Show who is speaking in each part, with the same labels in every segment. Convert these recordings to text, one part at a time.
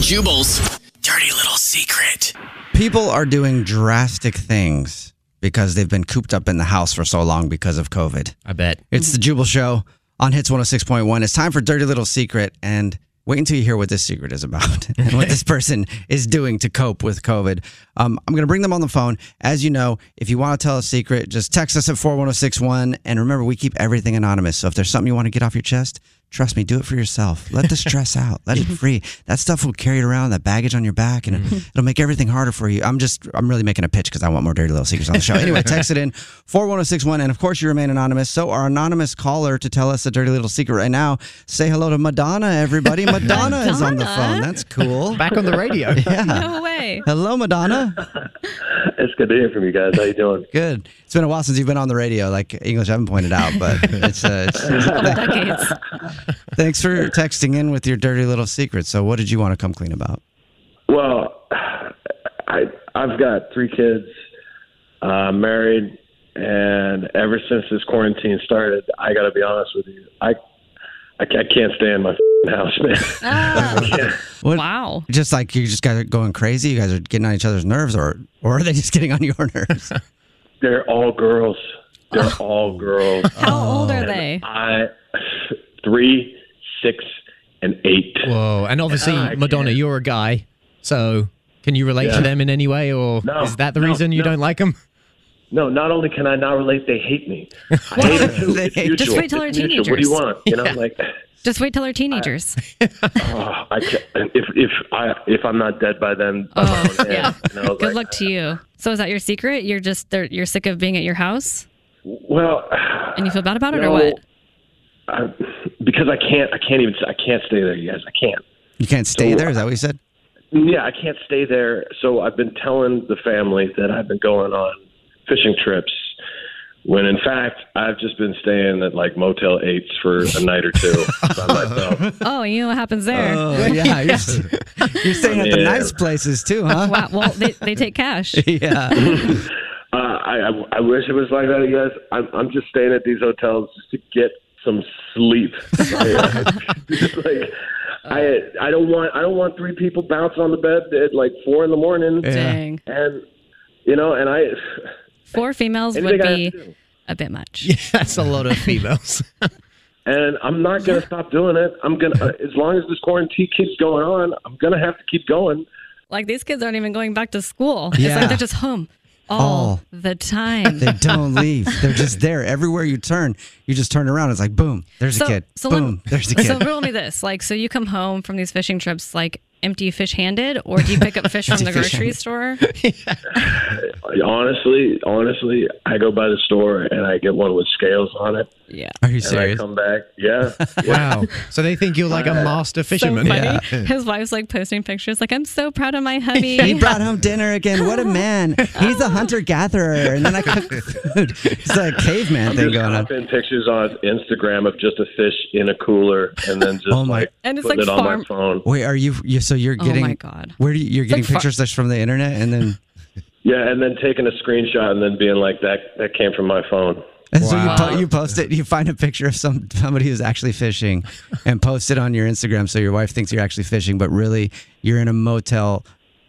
Speaker 1: Jubal's dirty little secret.
Speaker 2: People are doing drastic things because they've been cooped up in the house for so long because of COVID.
Speaker 1: I bet.
Speaker 2: It's the Jubal Show on Hits 106.1. It's time for Dirty Little Secret, and wait until you hear what this secret is about and what this person is doing to cope with COVID. Um, I'm going to bring them on the phone. As you know, if you want to tell a secret, just text us at 41061. And remember, we keep everything anonymous. So if there's something you want to get off your chest, trust me, do it for yourself. Let the stress out, let it free. That stuff will carry it around, that baggage on your back, and
Speaker 3: Mm-hmm.
Speaker 2: it'll make everything harder for you. I'm just, I'm really making a pitch because I want more dirty little secrets on the show. Anyway, text it in 41061. And of course, you remain anonymous. So our anonymous caller to tell us a dirty little secret right now, say hello to Madonna, everybody. Madonna, is on the phone. That's cool.
Speaker 3: Back on the radio.
Speaker 2: Yeah.
Speaker 4: No way.
Speaker 2: Hello, Madonna.
Speaker 5: It's good to hear from you guys. How you doing?
Speaker 2: Good. It's been a while since you've been on the radio, like English haven't pointed out, but it's, uh, it's
Speaker 4: Decades.
Speaker 2: thanks for texting in with your dirty little secret. So, what did you want to come clean about?
Speaker 5: Well, I I've got three kids, uh, married, and ever since this quarantine started, I got to be honest with you, I I, ca- I can't stand my house, man.
Speaker 2: What,
Speaker 4: Wow.
Speaker 2: Just like you just guys are going crazy. You guys are getting on each other's nerves, or or are they just getting on your nerves? Oh.
Speaker 5: They're all girls. They're all girls.
Speaker 4: How old are they?
Speaker 5: I three, six, and eight.
Speaker 3: Whoa. And obviously,
Speaker 5: Ah,
Speaker 3: Madonna,
Speaker 5: yeah.
Speaker 3: you're a guy. So can you relate
Speaker 5: Yeah.
Speaker 3: to them in any way? Or
Speaker 5: No,
Speaker 3: is that the
Speaker 5: no,
Speaker 3: reason you
Speaker 5: no.
Speaker 3: don't like them?
Speaker 5: No, not only can I not relate, they hate me. I hate them too.
Speaker 2: They
Speaker 5: It's
Speaker 2: hate you.
Speaker 5: mutual.
Speaker 4: Just wait till
Speaker 5: It's
Speaker 4: they're
Speaker 5: mutual. What do you want? You know, like.
Speaker 4: Just wait till they're teenagers.
Speaker 5: Oh, I can't, if if I if I'm not dead by then, by my
Speaker 4: Oh,
Speaker 5: own hand,
Speaker 4: yeah.
Speaker 5: you know,
Speaker 4: Good
Speaker 5: like-
Speaker 4: luck to you. So is that your secret? You're just they're- you're sick of being at your house
Speaker 5: Well,
Speaker 4: and you feel bad about it
Speaker 5: no,
Speaker 4: or what?
Speaker 5: I, because I can't, I can't even, I can't stay there, you guys. I can't.
Speaker 2: You can't stay there. Is that what you said?
Speaker 5: Yeah, I can't stay there. So I've been telling the family that I've been going on fishing trips, when in fact I've just been staying at like Motel Eights for a night or two by myself.
Speaker 4: Oh, you know what happens there.
Speaker 2: Oh yeah, you're, s- you're staying at the
Speaker 5: Yeah.
Speaker 2: nice places too, huh?
Speaker 4: Wow. Well, they, they take cash.
Speaker 2: Yeah,
Speaker 5: Uh, I, I I wish it was like that, you guys. I'm I'm just staying at these hotels just to get some sleep. It's like. I I don't want I don't want three people bouncing on the bed at like four in the morning
Speaker 4: Dang.
Speaker 5: and you know and I
Speaker 4: Four females would
Speaker 5: anything I have
Speaker 4: be
Speaker 5: to do.
Speaker 4: a bit much.
Speaker 3: That's a lot of females.
Speaker 5: and I'm not going to stop doing it. I'm going to, as long as this quarantine keeps going on, I'm going to have to keep going.
Speaker 4: Like these kids aren't even going back to school. It's
Speaker 2: Yeah.
Speaker 4: like they're just home all
Speaker 2: All
Speaker 4: the time.
Speaker 2: they don't leave. They're just there everywhere you turn. You just turn around. It's like boom, there's a kid.
Speaker 4: so let-
Speaker 2: boom, there's a kid.
Speaker 4: So riddle me this: like, so you come home from these fishing trips, like, empty fish handed, or do you pick up fish from the
Speaker 5: Empty fish
Speaker 4: grocery
Speaker 5: handed.
Speaker 4: store?
Speaker 5: Honestly, honestly, I go by the store and I get one with scales on it.
Speaker 4: Yeah.
Speaker 2: Are you
Speaker 5: serious? I come back. Yeah.
Speaker 3: Wow. So they think you're like a master fisherman.
Speaker 4: So funny. His wife's like posting pictures, like, I'm so proud of my hubby.
Speaker 2: He brought home dinner again. What a man. He's a hunter gatherer. And then I cooked food. It's like a caveman
Speaker 5: I'm
Speaker 2: thing
Speaker 5: just
Speaker 2: going on.
Speaker 5: popping pictures on Instagram of just a fish in a cooler and then just
Speaker 2: Oh my-
Speaker 5: like
Speaker 4: And it's
Speaker 5: putting
Speaker 4: like
Speaker 5: it on
Speaker 4: farm-
Speaker 5: my phone.
Speaker 2: Wait, are you, you so you're
Speaker 4: Oh
Speaker 2: getting
Speaker 4: my God.
Speaker 2: Where do you, you're
Speaker 4: It's
Speaker 2: getting
Speaker 4: like far-
Speaker 2: pictures just from the internet and then
Speaker 5: Yeah, and then taking a screenshot and then being like that that came from my phone.
Speaker 2: and so you, po- you post it, you find a picture of some somebody who's actually fishing and post it on your Instagram so your wife thinks you're actually fishing, but really you're in a motel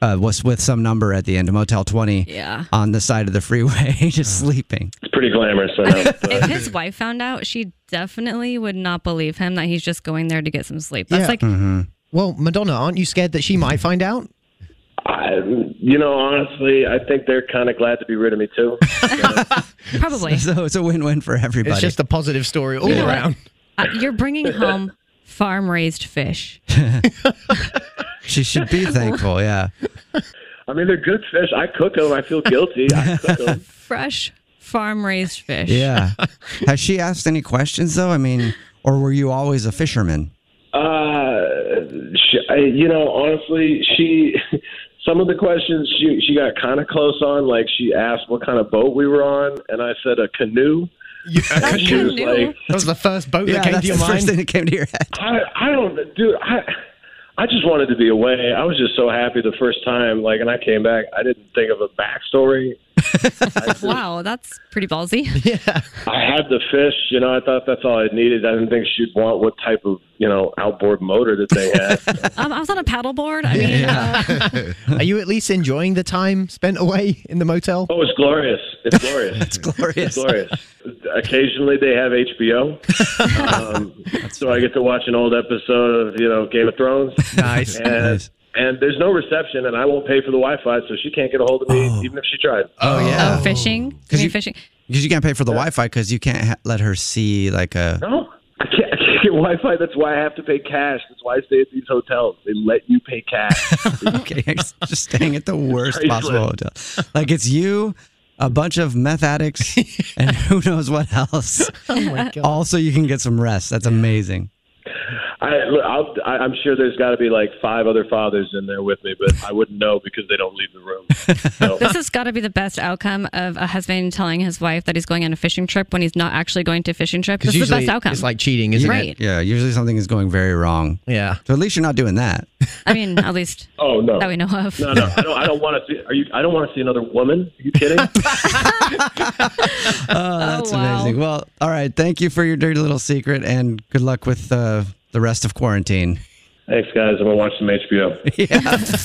Speaker 2: uh, was with some number at the end, a Motel 20
Speaker 4: Yeah.
Speaker 2: on the side of the freeway, just sleeping.
Speaker 5: It's pretty glamorous. I know.
Speaker 4: if his wife found out, she definitely would not believe him that he's just going there to get some sleep. That's
Speaker 3: Yeah.
Speaker 4: like,
Speaker 3: Well, Madonna, aren't you scared that she might find out?
Speaker 5: I, you know, honestly, I think they're kind of glad to be rid of me too.
Speaker 4: Probably.
Speaker 2: So it's a win-win for everybody.
Speaker 3: It's just a positive story all
Speaker 4: You know what?
Speaker 3: around.
Speaker 4: uh, you're bringing home farm raised fish.
Speaker 2: She should be thankful, yeah.
Speaker 5: I mean, they're good fish. I cook them. I feel guilty. I cook them.
Speaker 4: Fresh farm raised fish.
Speaker 2: Yeah. Has she asked any questions though? I mean, or were you always a fisherman?
Speaker 5: Uh, she, I, you know, honestly, she some of the questions she she got kind of close on. Like she asked what kind of boat we were on, and I said a canoe. And she was like,
Speaker 3: that was the first boat that came to your
Speaker 2: the
Speaker 3: mind.
Speaker 2: first thing that came to your head.
Speaker 5: I I don't, dude. I I just wanted to be away. I was just so happy the first time. Like, and I came back. I didn't think of a backstory.
Speaker 4: Wow, that's pretty ballsy.
Speaker 5: I had the fish. You know, I thought that's all I needed. I didn't think she'd want what type of you know outboard motor that they had.
Speaker 4: Um, I was on a paddle board. I mean, uh,
Speaker 3: Are you at least enjoying the time spent away in the motel?
Speaker 5: Oh, it's glorious! It's glorious! it's It's
Speaker 2: glorious!
Speaker 5: glorious. Occasionally, they have HBO, um, so I get to watch an old episode of you know Game of Thrones.
Speaker 3: Nice.
Speaker 5: And, and there's no reception, and I won't pay for the Wi-Fi, so she can't get a hold of me, even if she tried.
Speaker 2: Oh yeah.
Speaker 4: oh, fishing. I mean, fishing.
Speaker 2: Because you can't pay for the Wi-Fi because you can't ha- let her uh, see like a.
Speaker 5: No, I can't, I can't get Wi-Fi. That's why I have to pay cash. That's why I stay at these hotels. They let you pay cash.
Speaker 2: okay, you're just staying at the worst
Speaker 5: Craigslist.
Speaker 2: possible hotel. Like it's you, a bunch of meth addicts, and who knows what else.
Speaker 3: Oh my God.
Speaker 2: Also, you can get some rest. That's amazing.
Speaker 5: I, I'll, I, I'm sure there's got to be like five other fathers in there with me, but I wouldn't know because they don't leave the room.
Speaker 4: This has got to be the best outcome of a husband telling his wife that he's going on a fishing trip when he's not actually going to a fishing trip. This is the best outcome.
Speaker 3: cheating,
Speaker 4: isn't it? Right.
Speaker 2: Yeah. Usually something is going very wrong.
Speaker 3: Yeah.
Speaker 2: So at least you're not doing that.
Speaker 4: I mean, at least
Speaker 5: Oh no,
Speaker 4: that we know of.
Speaker 5: no, no, I don't. I don't want to see. Are you? I don't want to see another woman. Are you kidding?
Speaker 2: Oh, that's amazing. Well, all right. Thank you for your dirty little secret, and good luck with uh, the rest of quarantine.
Speaker 5: Thanks, guys. I'm gonna watch some HBO.
Speaker 2: Yeah.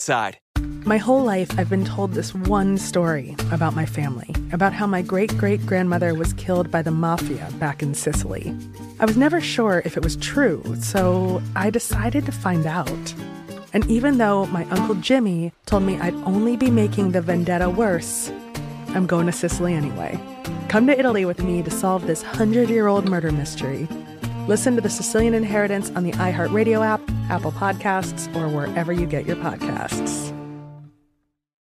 Speaker 6: side.
Speaker 7: My whole life, I've been told this one story about my family, about how my great great grandmother was killed by the mafia back in Sicily. I was never sure if it was true, so I decided to find out. And even though my Uncle Jimmy told me I'd only be making the vendetta worse, I'm going to Sicily anyway. Come to Italy with me to solve this 100 year old murder mystery. Listen to the Sicilian Inheritance on the iHeartRadio app, Apple Podcasts, or wherever you get your podcasts.